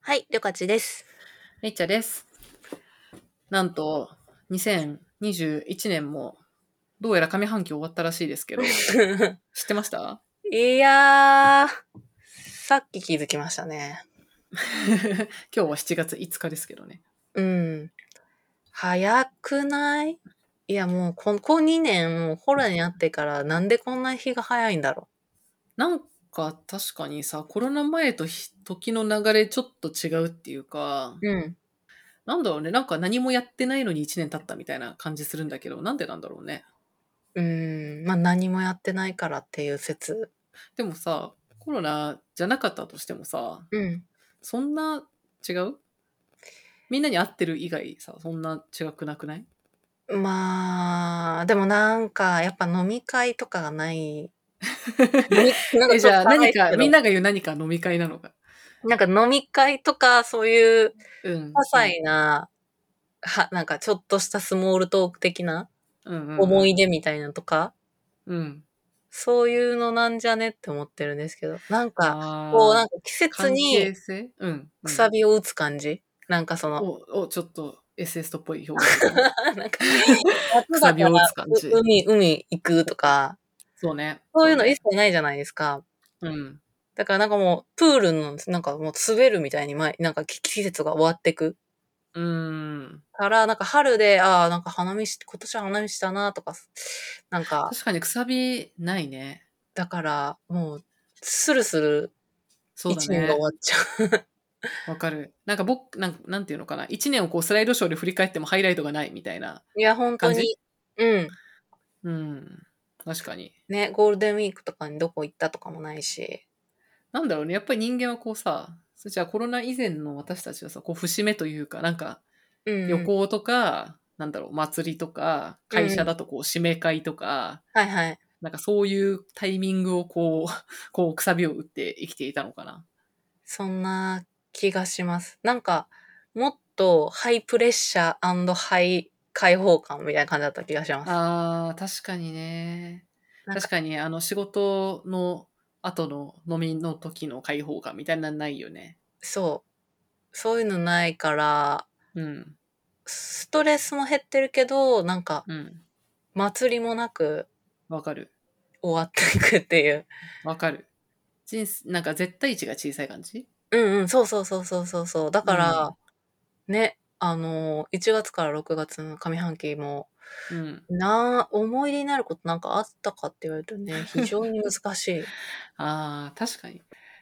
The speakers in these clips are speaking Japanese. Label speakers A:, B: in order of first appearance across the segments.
A: はい、りょかちです。
B: めっちゃです。なんと、2021年も、どうやら上半期終わったらしいですけど、知ってました
A: いやー、さっき気づきましたね。
B: 今日は7月5日ですけどね。
A: うん。早くないいや、もう、ここ2年、もうコロナになってから、なんでこんな日が早いんだろ
B: なんか確かにさ、コロナ前とひ時の流れちょっと違うっていうか、
A: う。うん。
B: なんだろうね、なんか何もやってないのに1年経ったみたいな感じするんだけど、なんでなんだろうね。
A: うん。まあ、何もやってないからっていう説。
B: でもさ、コロナじゃなかったとしてもさ、
A: うん。
B: そんな違うみんなに会ってる以外さ、そんな違くなくない
A: まあ、でもなんか、やっぱ飲み会とかが ない。なん
B: えじゃあ何か、みん
A: な、
B: なが言う何か飲み会なのか。
A: なんか飲み会とか、そういう、
B: うん。
A: 些細な、は、なんかちょっとしたスモールトーク的な
B: うんうん、
A: 思い出みたいなとか、
B: うん。
A: そういうのなんじゃねって思ってるんですけど、なんか、
B: あ
A: こうなん
B: か
A: か季節に
B: 性うん、うん。
A: くさびを打つ感じ、なんかその、
B: お、お、ちょっと SS っぽい表現。
A: なんか、夏
B: く
A: だ
B: さ
A: か
B: びを打
A: ら
B: つ感じ
A: う海、海行くとか、
B: そうね。
A: そういうの一
B: ね
A: 切ないじゃないですか。
B: うん。
A: だからなんかもう、プールの、なんかもう滑るみたいに前、なんか季季節が終わってく。
B: うーん。
A: から、なんか春で、ああ、なんか花見し、今年は花見したなとか、なんか、
B: 確かにくさびないね。
A: だから、もう、スルスル
B: そうだ
A: 一年が
B: ね
A: 終。わっちゃう。
B: わかる。なんか僕、なんなんていうのかな。一年をこうスライドショーで振り返ってもハイライトがないみたいな。
A: いや、本当
B: 感
A: に。うん。
B: うん。確かに。
A: ね、ゴールデンウィークとかにどこ行ったとかもないし。
B: なんだろうね、やっぱり人間はこうさ、そじゃあコロナ以前の私たちはさ、こう節目というか、なんか
A: うん。
B: 旅。行とか、なんだろう、祭りとか、会社だとこう締め会とか、
A: はいはい。
B: なんかそういうタイミングをこう、 こうくさびを打って生きていたのかな。
A: そんな気がします。なんか、もっとハイプレッシャーハイ開放感みたいな感じだった気がします。
B: あー、確かにね。
A: なんか
B: 確かに、あの仕事の後の飲みの時の解放感みたいなのないよね。
A: そう。そういうのないから、
B: うん、
A: ストレスも減ってるけど、なんか、
B: うん。
A: 祭りもなく
B: わかる。
A: 終わっていくっていう。
B: わかる。人生、なんか絶対値が小さい感じ
A: うんうん、そうそうそうそうそうそう。だから、ね、あの、1月から6月の上半期も、
B: うん。
A: なあ思い出になることなんかあったかって言われると ね非常に難しい
B: ああ、確かに。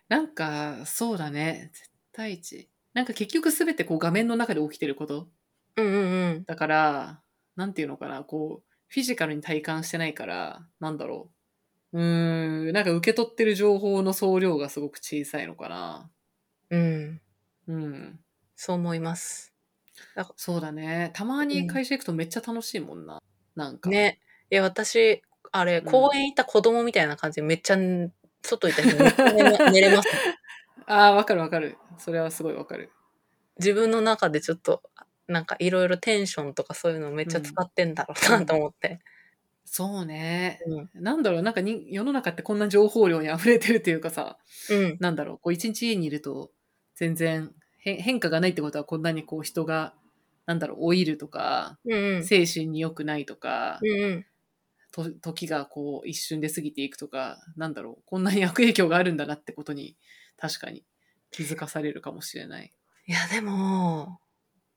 B: なんか、そうだね。絶対値。なんか結局すべてこう画面の中で起きてること。
A: うんうんうん
B: だから、なんていうのかな、こう、フィジカルに体感してないから、なんだろう。うーん、なんか受け取ってる情報の総量がすごく小さいのかな。
A: うん
B: うん。
A: そう思います
B: そうだね。たまに会社行くとめっちゃ楽しいもんな。なんか。
A: ねいや私あれ
B: ん
A: 公園行った子供みたいな感じでめっちゃ外行った日めっちゃ 寝寝れます
B: ああ、わかるわかる。それはすごいわかる。
A: 自分の中でちょっとなんかいろいろテンションとかそういうのめっちゃ使ってんだろう
B: う
A: なんと思って、
B: そうね。
A: うん
B: なんだろう、なんかに世の中ってこんな情報量に溢れてるというかさ。
A: うん、
B: なんだろう、こう一日家にいると全然変変化がないってことはこんなにこう人が、なんだろう、老いるとか、
A: うんうんうん
B: 精神に良くないとか、
A: うん
B: と時がこう一瞬で過ぎていくとか、なんだろう、こんなに悪影響があるんだなってことに確かに気づかされるかもしれない。
A: いやでも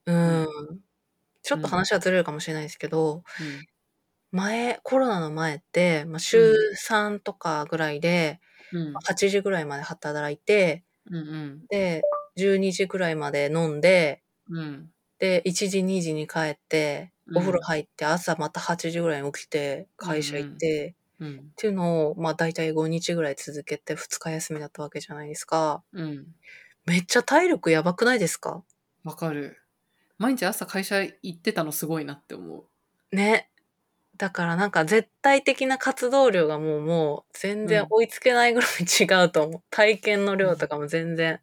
A: うん、
B: うん
A: ちょっと話はずれるかもしれないですけど、
B: うん
A: 前、コロナの前って、まあ、週3とかぐらいで、
B: うん
A: まあ8時ぐらいまで働いて、
B: うん
A: で、12時ぐらいまで飲んで、
B: うんうん
A: で、1時、2時に帰って、
B: うん
A: お風呂入って、朝また8時ぐらいに起きて、会社行って、っ
B: うん
A: ていうのを、まあ大体5日ぐらい続けて2日休みだったわけじゃないですか。
B: うん
A: めっちゃ体力やばくないですか
B: わかる。毎日朝会社行ってたのすごいなって思う。
A: ね。だからなんか絶対的な活動量がもうもう全然追いつけないぐらい違うと思う。 体験の量とかも全然。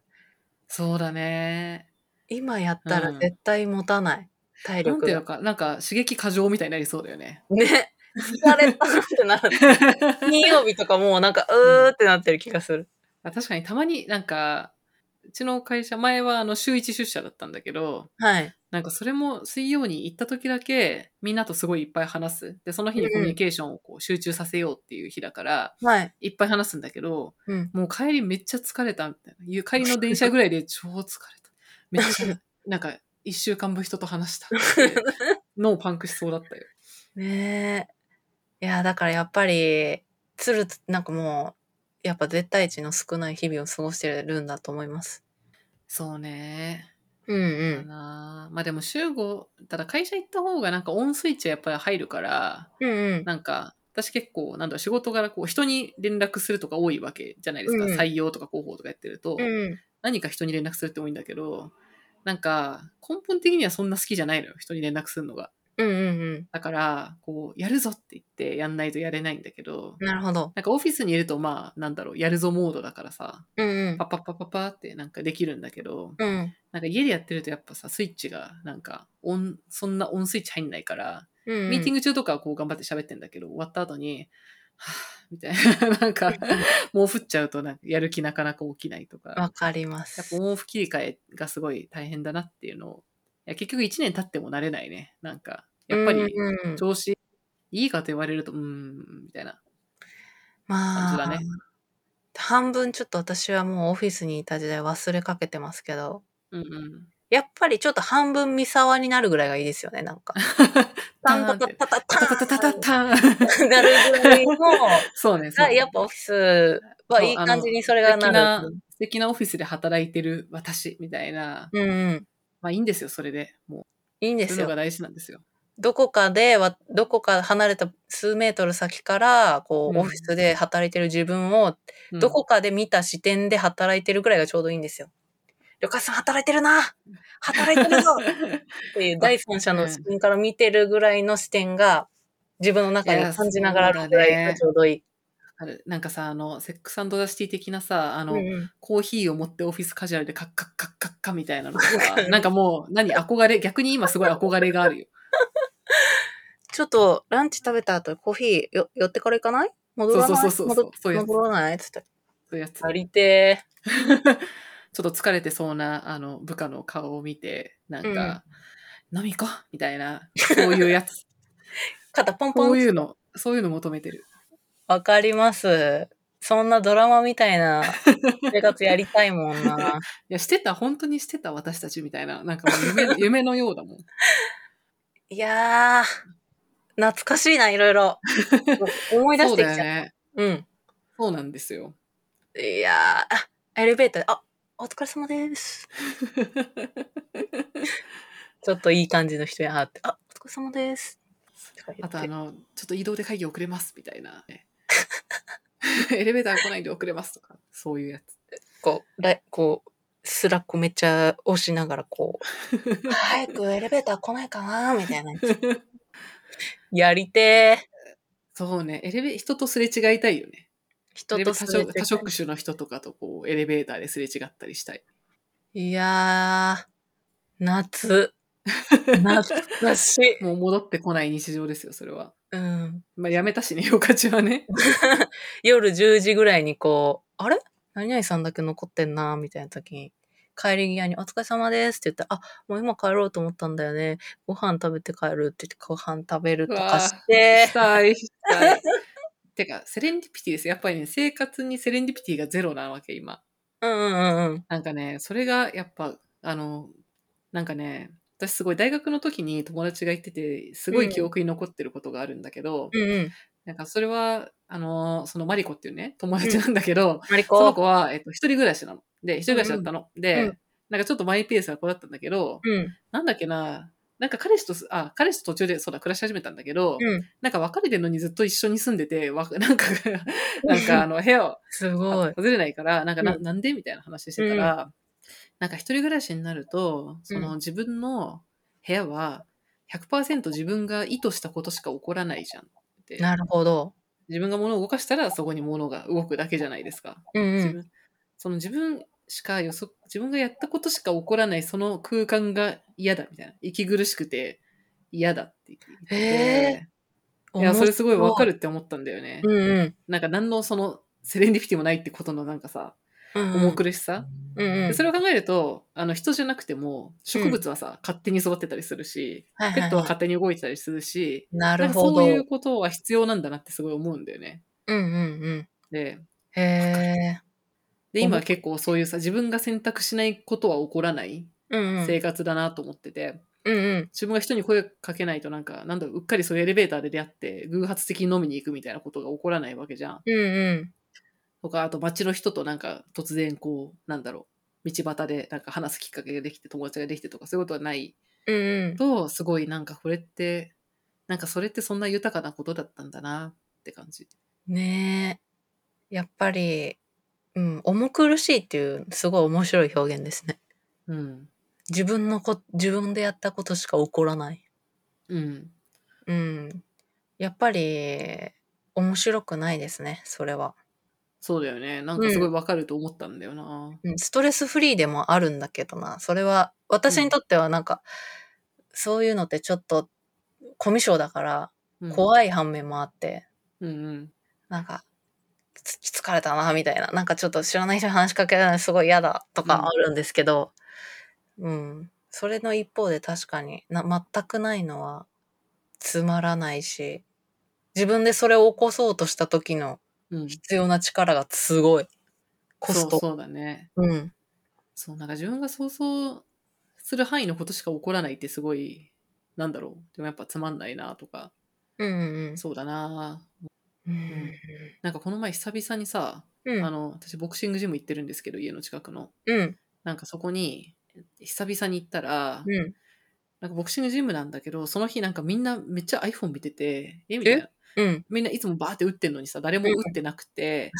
B: そうだね。
A: 今やったら
B: うん
A: 絶対持たない。体
B: なん
A: 力
B: ていうの
A: が。
B: か、なんか刺激過剰みたいになりそうだよね。
A: ね。疲れたってなる。金曜日とかもうなんかうーってなってる気がする。
B: あ確かにたまになんかうちの会社、前はあの週1出社だったんだけど、
A: はい。
B: なんかそれも水曜に行った時だけ、みんなとすごいいっぱい話す。で、その日にコミュニケーションをこう集中させようっていう日だから、
A: はい。
B: いっぱい話すんだけど、
A: うん。
B: もう帰りめっちゃ疲れたみたいなゆ。帰りの電車ぐらいで 超疲れた。めっち ゃ、なんか一週間分人と話した。 脳パンクしそうだったよ。
A: ねえ。いや、だからやっぱり、つるつ、なんかもう、やっぱ絶対値の少ない日々を過ごしてるんだと思います。
B: そうね。
A: うんう
B: か
A: ん。
B: なまあでも週5、ただ会社行った方がなんかオンスイッチはやっぱり入るから、
A: うんうん。
B: なんか、私結構、なんだろう、仕事からこう、人に連絡するとか多いわけじゃないですか。
A: うん
B: 採用とか広報とかやってると、
A: うん
B: 何か人に連絡するって多いんだけど、なんか、根本的にはそんな好きじゃないのよ、人に連絡するのが。
A: うんうんうん。
B: だから、こう、やるぞって言って、やんないとやれないんだけど、
A: なるほど。
B: なんかオフィスにいると、まあ、なんだろう、やるぞモードだからさ、
A: うんうん
B: パ。ッパッパッパッパーってなんかできるんだけど、
A: うん。
B: なんか家でやってるとやっぱさ、スイッチが、なんか、オン、そんなオンスイッチ入んないから、
A: うん、
B: ミーティ
A: グ。
B: ング中とかはこう頑張って喋ってんだけど、終わった後に、はぁ、みたいな、なん か、もう降っちゃうと、なんかやる気なかなか起きないとか、やっ
A: わかりま
B: ぱ
A: す。
B: オンオフ切り替えがすごい大変だなっていうのを、いや結局1年経っても慣れないね。なんか、やっぱり
A: うんうん
B: 調子いいかと言われると、うーん、みたいな感
A: ま
B: じ
A: あ、
B: だね。
A: 半分ちょっと私はもうオフィスにいた時代忘れかけてますけど、
B: うんうん。
A: やっぱりちょっと半分三沢になるぐらいがいいですよね、なんか。タンタタタタ
B: タタ
A: タタ
B: タタ
A: タ
B: タ
A: ン
B: タ ン
A: なるぐらいの、
B: そうね、そう
A: が
B: ね。
A: やっぱオフィスはいい感じにそれが
B: 素
A: な
B: 敵な
A: る。、
B: 素敵なオフィスで働いてる私、みたいな。
A: うんうん。
B: まあいいんですよ、それで。もう。
A: いいんで
B: そうい
A: す
B: うのが
A: よ。
B: 大事なんですよ。
A: どこかでわ、どこか離れた数メートル先から、こ
B: うん
A: う、オフィスで働いてる自分を、
B: うん
A: どこかで見た視点で働いてるぐらいがちょうどいいんですよ。旅館さん働いてるな 働いてるぞっていう第三者の視点から見てるぐらいの視点が、自分の中に感じながらあるぐらいがちょうどいい。
B: あるなんかさ、あの、セックスザシティ的なさ、あの、
A: うんうん
B: コーヒーを持ってオフィスカジュアルでカッカッカッカッカみたいなのとか、なんかもう、何、憧れ、逆に今すごい憧れがあるよ。
A: ちょっとランチ食べた後コーヒーよ寄ってから行かない戻らない
B: そうそうそうそう
A: 戻
B: そういうやつ
A: 戻らないつって。
B: そういうやつ。ち
A: あ
B: ょっ
A: りて
B: と疲れてそうな、あの、部下の顔を見て、なんか、飲み行こうみたいな、そういうやつ。
A: ー。肩ポン
B: そ
A: ポ
B: う
A: ン。
B: いうの、そういうの求めてる。
A: わかります。そんなドラマみたいな生活やりたいもんな。
B: いや、してた、本当にしてた私たちみたいな、なんかもう夢、夢のようだもん。
A: いやー、懐かしいな、いろい ろ。思い出
B: そ
A: し
B: う
A: てき
B: だ
A: ち
B: よ
A: ゃ
B: ね。
A: う。
B: そうなんですよ。
A: うん。いやー、あエレベーターで、あ、お疲れ様です。ちょっといい感じの人やって、あ、お疲れ様です。とか言
B: あ
A: って
B: とあの、ちょっと移動で会議遅れますみたいな、 ね。 エレベーター来ないで遅れますとか、そういうやつ。
A: こう、らこう、スラックめっちゃ押しながらこう、早くエレベーター来ないかなみたいな。 やりてー。
B: そうね、エレベ人とすれ違いたいよね。
A: 人
B: エレ
A: と
B: ベ多
A: すれ違
B: 職
A: い
B: 多職種の人とかとこう、エレベーターですれ違ったりしたい。
A: いやー、 夏。懐かしい。
B: もう戻ってこない日常ですよ、それは。
A: うん。
B: まあ、やめたしね、よかちはね。
A: 夜10時ぐらいにこう、あれ何々さんだけ残ってんなみたいな時に、帰り際にお疲れ様ですって言って、あ、もう今帰ろうと思ったんだよね。ご飯食べて帰るって言って、ご飯食べるとかして
B: し、たい、したい。てか、セレンディピティですよ。やっぱりね、生活にセレンディピティがゼロなわけ、今。
A: うんうんうんうん。
B: なんかね、それがやっぱ、あの、なんかね、私すごい大学の時に友達が言ってて、すごい記憶に残ってることがあるんだけど、
A: うんうん。
B: なんかそれは、あの、そのマリコっていうね、友達なんだけど、
A: マリコ。
B: その子は、えっと、一人暮らしなの。で、一人暮らしだったの。で、
A: うん
B: なんかちょっとマイペースな子だったんだけど、
A: うん。
B: なんだっけな、なんか彼氏とす、あ、彼氏と途中で、そうだ、暮らし始めたんだけど、
A: うん。
B: なんか別れてるのにずっと一緒に住んでて、わ なんか、なんかあの、部屋を、
A: すごい。
B: 外れないから、なんかな,、
A: うん
B: ん、なんでみたいな話してたら、なんか一人暮らしになると、その自分の部屋は100%自分が意図したことしか起こらないじゃんって。
A: なるほど。
B: 自分が物を動かしたらそこに物が動くだけじゃないですか。
A: うんう
B: 自
A: ん。
B: 分その自分しか予測、自分がやったことしか起こらないその空間が嫌だみたいな。息苦しくて嫌だって言ってて。
A: へ
B: いや、それすごいわか
A: る。
B: るって思ったんだよね。
A: うんうん。
B: なんか何のそのセレンディピティもないってことのなんかさ、
A: 重
B: 重苦しさ、
A: うんうん
B: でそれを考えるとあの人じゃなくても植物はさ、勝手に育ってたりするし、
A: はいはい
B: ペ
A: は
B: ッ
A: い
B: トは勝手に動いてたりするし、
A: な
B: な
A: る
B: んか
A: ほ
B: そ
A: ど。
B: ういうことは必要なんだなってすごい思うんだよね。
A: うんうんうん。
B: で
A: へえ。
B: で
A: 思う
B: 今結構そういうさ自分が選択しないことは起こらない
A: うんうん。
B: 生活だなと思ってて、
A: うんうん。
B: 自分が人に声かけないとなんかなんだろううっかりそういうエレベーターで出会って偶発的に飲みに行くみたいなことが起こらないわけじゃん。
A: うんうん。
B: とかあと街の人となんか突然こうなんだろう道端でなんか話すきっかけができて友達ができてとかそういうことはない
A: うんうん。
B: とすごいなんかこれってなんかそれってそんな豊かなことだったんだなって感じ。
A: ねえ。やっぱり、うん、重苦しいっていう、すごい面白い表現ですね。
B: うん。
A: 自分のこ、自分でやったことしか起こらない。
B: うん。
A: うん。やっぱり、面白くないですね、それは。
B: そうだよね。なんかすごいわかると思ったんだよな。
A: うんストレスフリーでもあるんだけどな。それは、私にとってはなんか、そういうのってちょっと、コミュ障だから、
B: うん、
A: 怖い反面もあって、
B: うんうん。
A: なんか、つ疲れたな、みたいな。なんかちょっと知らない人に話しかけられるのすごい嫌だと
B: うん
A: かあるんですけど、うん。それの一方で確かにな、全くないのはつまらないし、自分でそれを起こそうとした時の
B: うん。
A: 必要な力がすごい。コス
B: そう
A: ト。
B: そうだね。
A: うん。
B: そう、なんか自分が想像する範囲のことしか起こらないってすごい、なんだろう。でもやっぱつまんないなとか、
A: うんうん
B: そうだな。
A: うん。
B: なんかこの前久々にさ、
A: うん。
B: あの、私ボクシングジム行ってるんですけど、家の近くの。
A: うん。
B: なんかそこに、久々に行ったら、
A: うん。
B: なんかボクシングジムなんだけど、その日なんかみんなめっちゃ iPhone 見てて、えみたいな。
A: うん。
B: みんないつもバーって打ってんのにさ、誰も打ってな くて、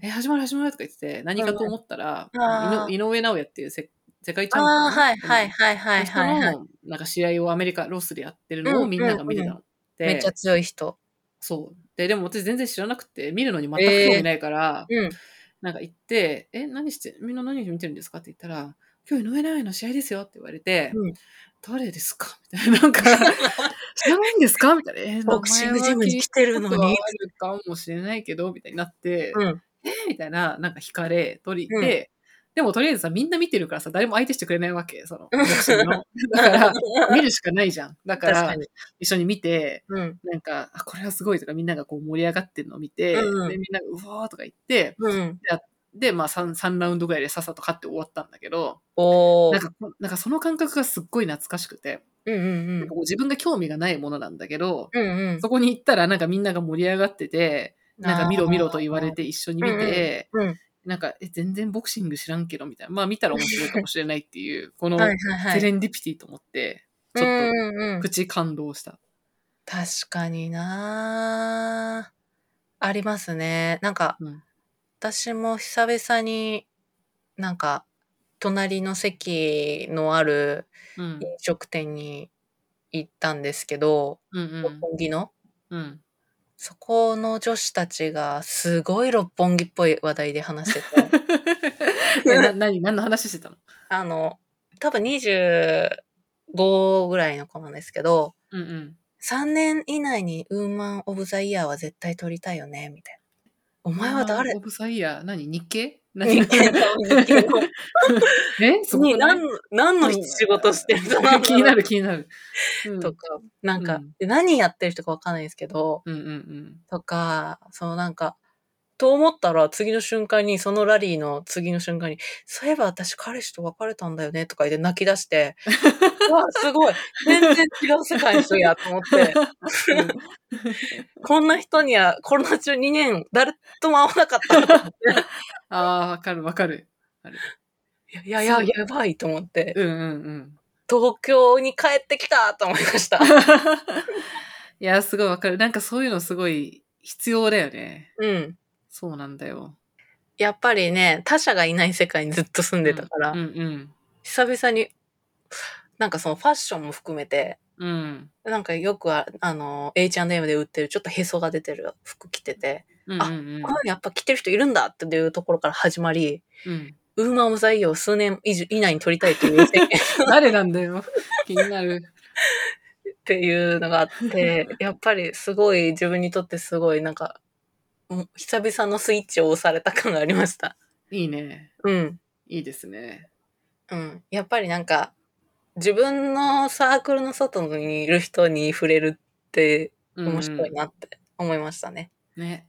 B: え、始まる始まるとか言ってて、何かと思ったら、
A: うんあー
B: 井上尚弥っていう世世界チャンピオン
A: あ
B: の
A: あ、はいはいはいはいはいはい。
B: 人のなんか試合をアメリカ、ロスでやってるの
A: う
B: を
A: ん
B: みんなが見てたの。で
A: めっちゃ強い人。
B: そう。で、でも私全然知らなくて、見るのに全く興味ないから、
A: うん。
B: なんか行って、え、何して、みんな何見てるんですかって言ったら、今日井上尚弥の試合ですよって言われて、
A: うん
B: 誰ですかみたいな。なんか、知らないんですかみたいな。え
A: ボクシングジムに来てるの
B: 名前は聞い
A: に。
B: たことはあるかもしれないけど、みたいになって、
A: うん。
B: えーみたいな、なんか惹かれ、取り入って、でもとりあえずさ、みんな見てるからさ、誰も相手してくれないわけ、その、ボクシングの。だ から、見るしかないじゃん。だか
A: 確
B: ら
A: か、に。
B: 一緒に見て、
A: うん。
B: なんか、あ、これはすごいとか、みんながこう盛り上がってるのを見て、
A: うんうん
B: で、みんながうわーとか言って、
A: うん。
B: で、まあ3、3ラウンドぐらいでさっさと勝って終わったんだけど、
A: お
B: な
A: ー
B: ん。かこ、なんかその感覚がすっごい懐かしくて、
A: うんうんう
B: なん
A: ん
B: か。こう自分が興味がないものなんだけど、
A: うんうん。
B: そこに行ったらなんかみんなが盛り上がってて、なんか見ろ見ろと言われて一緒に見て、
A: うんうん
B: なんか、え、全然ボクシング知らんけど、みたいな。まあ見たら面白いかもしれないっていう、 こ
A: あ
B: の
A: ー。はいはいは
B: セ
A: い。
B: レンディピティと思って、ち
A: う
B: ょっ
A: んうんう
B: と
A: ん
B: 口感動した。
A: 確かになありますね。なんか、
B: うん
A: 私も久々になんか、隣の席のある
B: うん
A: 飲。食店に行ったんですけど、
B: うん
A: 六本木の。
B: う ん。うん。
A: そこの女子たちがすごい六本木っぽい話題で話してて。
B: えな何何の話してたの
A: あの、多分25ぐらいの子なんですけど、
B: うんうん。
A: 3年以内にウーマン・オブ・ザ・イヤーは絶対取りたいよね、みたいな。お前は誰
B: オブサイヤー、何日 系何
A: 日系の日系の
B: えすご
A: に
B: い。
A: 何の何の仕事してるんだろう
B: 気になる気になる。うん
A: とか、なんか、
B: うん
A: で何やってる人かわかんないですけど、
B: うんうんうん。
A: とか、そのなんか、と思ったら次の瞬間に、そのラリーの次の瞬間に、そういえば私彼氏と別れたんだよねとか言って泣き出 して、うわ、すごい全然違う世界の人やと思って、こんな人にはコロナ中2年誰とも会わなかったと思って。
B: あ あ、わかるわかる。
A: いやいや、やばいと思って、
B: うんうん うん。
A: 東京に帰ってきたと思いました。
B: いや、すごいわかる。なんかそういうのすごい必要だよね。
A: うん。
B: そうなんだよ。
A: やっぱりね、他者がいない世界にずっと住んでたから、
B: うんうん。
A: 久々に、なんかそのファッションも含めて、
B: うん。
A: なんかよくあ、あの、H&M で売ってるちょっとへそが出てる服着てて、
B: うんうん
A: こういうのやっぱ着てる人いるんだっていうところから始まり、
B: うん。
A: ウーマン・オブ・ザ・イヤーを数年以上以内に取りたいっていう宣言 っ
B: 誰なんだよ。気になる。
A: ていうのがあって、やっぱりすごい自分にとってすごいなんか、もう久々のスイッチを押された感がありました。
B: いいね。
A: うん。
B: いいですね。
A: うん。やっぱりなんか、自分のサークルの外にいる人に触れるって
B: うん
A: 面白いなって思いましたね。
B: ね。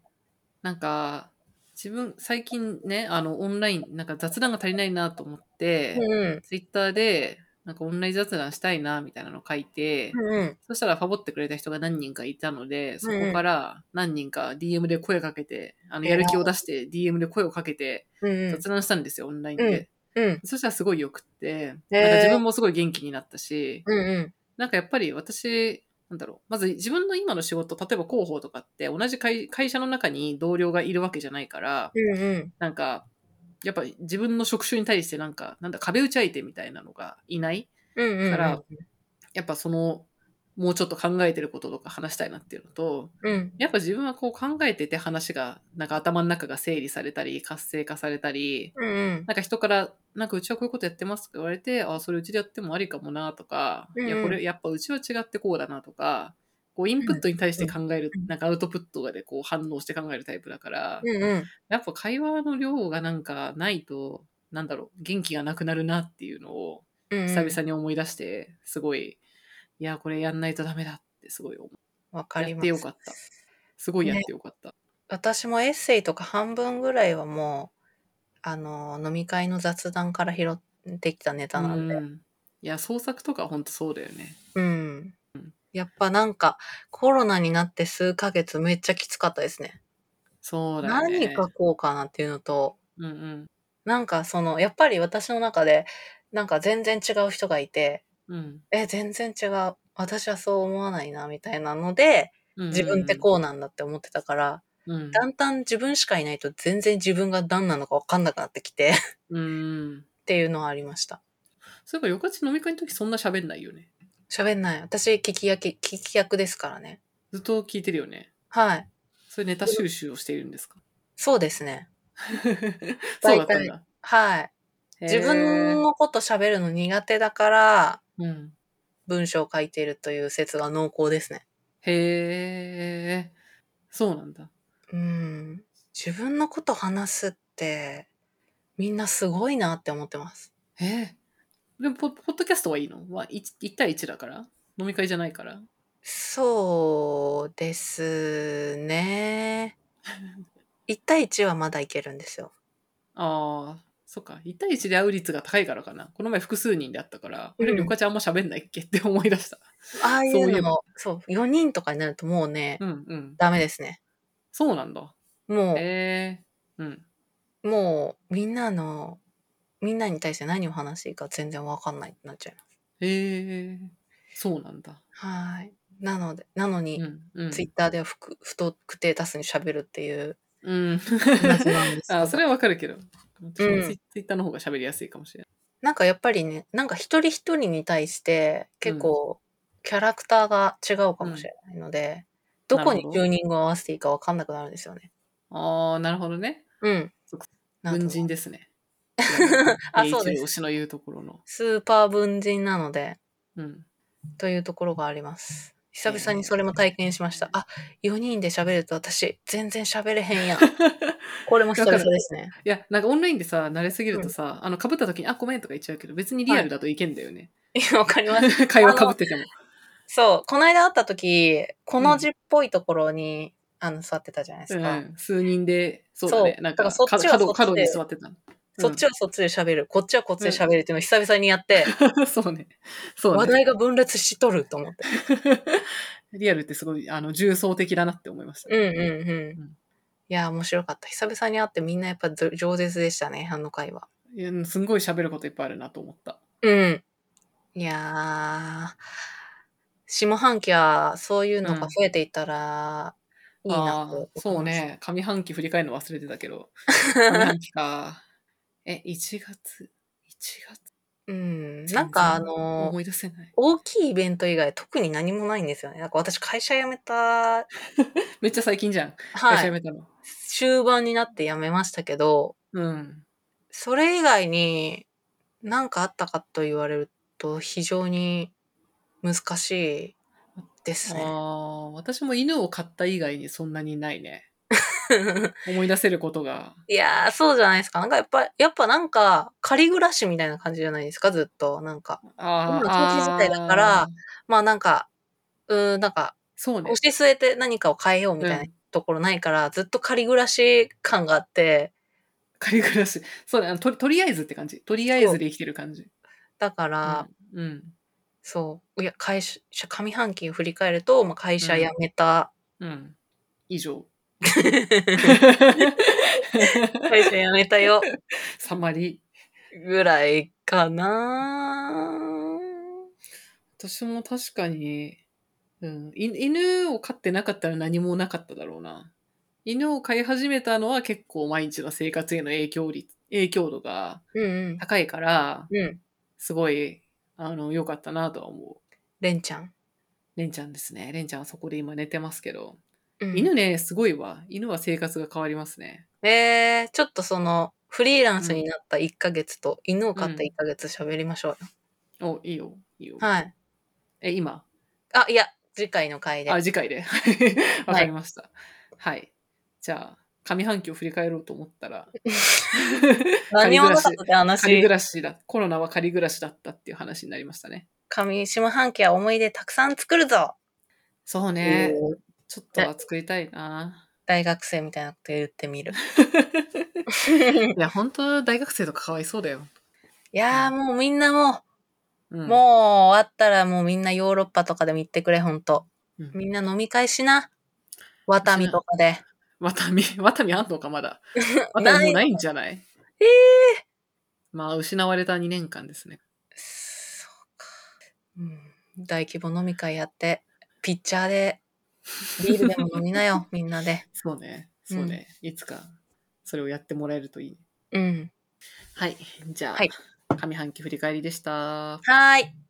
B: なんか、自分、最近ね、あの、オンライン、なんか雑談が足りないなと思って、
A: うん。
B: ツイッターで、なんかオンライン雑談したいな、みたいなの書いて、
A: うん。
B: そしたらファボってくれた人が何人かいたので、そこから何人か DM で声かけて、あの、やる気を出して DM で声をかけて、
A: うん。
B: 雑談したんですよ、オンラインで。
A: うん。
B: そしたらすごい良くって、なん
A: へー
B: か自分もすごい元気になったし、
A: うん。うん。
B: なんかやっぱり私、なんだろう。まず自分の今の仕事、例えば広報とかって同じ会会社の中に同僚がいるわけじゃないから、
A: うん。うん。
B: なんか、やっぱ自分の職種に対してなんか、なんだ、壁打ち相手みたいなのがいない
A: うん。うん。
B: から、やっぱその、もうちょっと考えてることとか話したいなっていうのと、
A: うん。
B: やっぱ自分はこう考えてて話が、なんか頭の中が整理されたり、活性化されたり、
A: うん。うん。
B: なんか人から、なんかうちはこういうことやってますとか言われて、あ、それうちでやってもありかもなとか、
A: うんうん
B: いや、これやっぱうちは違ってこうだなとか、こうインプットに対して考える、
A: うん
B: なんかアウトプットがでこう反応して考えるタイプだから、
A: うん。うん。
B: やっぱ会話の量がなんかないと、なんだろう、元気がなくなるなっていうのを
A: うん。
B: 久々に思い出して、すごい、いや、これやんないとダメだってすごい思う。
A: わかり
B: やっ
A: ま
B: てよ
A: す
B: か。った。すごいやってよかった。
A: 私もエッセイとか半分ぐらいはもう、あの、飲み会の雑談から拾ってきたネタなんで。
B: うんいや、創作とかほんとそうだよね。
A: うん
B: うん。
A: やっぱなんか、コロナになって数ヶ月めっちゃきつかったですね。
B: そうだよね。
A: 何書こうかなっていうのと、
B: うんうん。
A: なんかその、やっぱり私の中で、なんか全然違う人がいて、
B: うん
A: え、全然違う。私はそう思わないな、みたいなので、自分ってこうなんだって思ってたから、
B: うんうん
A: だんだん自分しかいないと全然自分が何なのか分かんなくなってきて っ
B: うん、うん、
A: ていうのはありました。
B: そういえばよかち飲み会の時そんな喋んないよね
A: 喋んない。私、聞き役、聞き役ですからね。
B: ずっと聞いてるよね
A: はい。
B: それネタ収集をしているん ですか
A: そうですね。
B: そうだったんだ
A: はい。自分のこと喋るの苦手だから、
B: へーうん
A: 文章を書いているという説が濃厚ですね。
B: へえそうなんだ
A: うん。自分のこと話すって、みんなすごいなって思ってます。
B: へえでもポポッドキャストはいいの、まあ、1, 対1だから飲み会じゃないから
A: そうですね。1対1はまだいけるんですよ。
B: ああそっか1対1で会う率が高いからかなこの前複数人で会ったからあ
A: うん
B: れりょかちゃんあんま喋んないっけって思い出した
A: ああい
B: そう
A: う
B: いえ
A: の
B: ば
A: も、そう、4人とかになるともうね、
B: うんうん
A: ダメですね。
B: そうなんだ
A: もう、
B: へえうん
A: もうみんなのみんなに対して何を話していいか全然わかんないってなっちゃいます。
B: へえそうなんだ。
A: はい。なのでなのに、
B: うん。うん。
A: ツイッターではふく太くて多数に喋るっていう
B: うん。
A: 話なんですけど
B: あ、それはわかるけど。私も
A: うん
B: ツイツイッターの方が喋りやすいかもしれない。
A: なんかやっぱりねなんか一人一人に対して結構キャラクターが違うかもしれないので、どこに
B: なるほ
A: チ
B: ど
A: ューニングを合わせていいかわかんなくなるんですよね。
B: ああ、なるほどね。
A: うん。な
B: 文
A: ので
B: 人ですね。
A: あそうです
B: 栄一郎推しの言うところの。
A: スーパー文人なので
B: うん。
A: というところがあります。久々にそれも体験しました。あ、4人で喋ると私、全然喋れへん やん。これも久々ですね。
B: いや、なんかオンラインでさ、慣れすぎるとさ、あの、被った時に、あ、ごめんとか言っちゃうけど、別にリアルだといけんだよね。
A: いや わかります。
B: 会話被ってても。
A: そう、この間会った時、この字っぽいところに、あの、座ってたじゃないで
B: う
A: すか。
B: ん。数人で、そうだね
A: そ。う
B: な
A: だか
B: んから
A: そっちはそっ
B: 角、
A: ちで
B: 角に座ってたの。
A: そっちはそっちで喋る、こっちはこっちで喋るっていうのを久々にやって、
B: は。そうね。そう
A: 話
B: ね。
A: 題が分裂しとると思って。
B: リアルってすごい、あの、重層的だなって思いました
A: う。んうん
B: う
A: うんん。いや、面白かった。久々に会ってみんなやっぱず饒舌でしたね、あの会話。
B: いやすんごい喋ることいっぱいあるなと思った。
A: うん。いやー、下半期はそういうのが増えていったらいいな
B: あ
A: と、
B: あそう。ね。上半期振り返るの忘れてた けど。上半期か。え、1月、1月
A: うん。なんかあの、
B: 思い出せない。
A: 大きいイベント以外特に何もないんですよね。なんか私会社辞めた、
B: めっちゃ最近じゃん。会
A: は
B: 社辞
A: い、
B: めたの。
A: 終盤になって辞めましたけど、
B: うん。
A: それ以外に何かあったかと言われると非常に難しいです
B: あ
A: ね。
B: あ、私も犬を飼った以外にそんなにないね。思い出せることが。
A: いやー、そうじゃないですか。なんかやっぱ、やっぱなんか、仮暮らしみたいな感じじゃないですか、ずっと。なんか。
B: あー
A: 今長期自体だから
B: あー
A: まあなんか、うーん、なんか、
B: そうね。
A: 推し据えて何かを変えようみたいなところないから、ずっと仮暮らし感があって、
B: 仮暮らし。 そうねあのと。とりあえずって感じ。とりあえずで生きてる感じ。
A: だから、
B: うん。うん
A: そう、いや、会社、上半期を振り返ると、まあ、会社辞め た、
B: うん。以上。
A: 会社辞めたよ、
B: サマリー。
A: ぐらいかな
B: 私も確かに、うん、い犬を飼ってなかったら何もなかっただろうな。犬を飼い始めたのは結構毎日の生活への影響率、影響度が
A: うんうん。
B: 高いから、
A: うん。
B: すごい、あの、良かったなとは思う。
A: レンちゃん。
B: レンちゃんですね。レンちゃんはそこで今寝てますけど。
A: うん
B: 犬ね、すごいわ。犬は生活が変わりますね。
A: えー、ちょっとその、フリーランスになった1ヶ月と、犬を飼った
B: うん
A: 1ヶ月喋りましょうよ。
B: お、いいよ。いいよ。
A: はい。
B: え、今
A: あ、いや、次回の回で。
B: あ、次回で。わかりました。はい、じゃあ、上半期を振り返ろうと思った ら、
A: 何もなかったって
B: 仮暮
A: 話。
B: らしだ、コロナは仮暮らしだったっていう話になりましたね。
A: 上下半期は思い出たくさん作るぞ、
B: そうね。
A: うん
B: ちょっとは作りたいな。
A: 大学生みたいなこと言ってみる。
B: いや、本当大学生とかかわいそうだよ。
A: いやー、もうみんなも
B: う
A: う、
B: ん
A: もう終わったらもうみんなヨーロッパとかでも行ってくれ、ほんと。
B: うん
A: みんな飲み会しな。ワタミとかで。
B: ワタミ、ワタミあんのか、ま だ。ワタミもうないんじゃない
A: えー
B: まあ、失われた2年間ですね。
A: そうか。うん。大規模飲み会やって、ピッチャーで、ビールでも飲みなよ、みんなで。
B: そうね。そうね。いつか、それをやってもらえるといい。
A: うん。
B: はい。じゃあ、
A: はい
B: 上半期振り返りでした。
A: はーい。